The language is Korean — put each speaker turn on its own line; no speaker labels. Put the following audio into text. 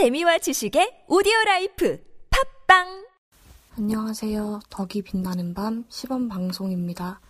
재미와 지식의 오디오 라이프 팝빵
안녕하세요. 덕이 빛나는 밤 시범 방송입니다.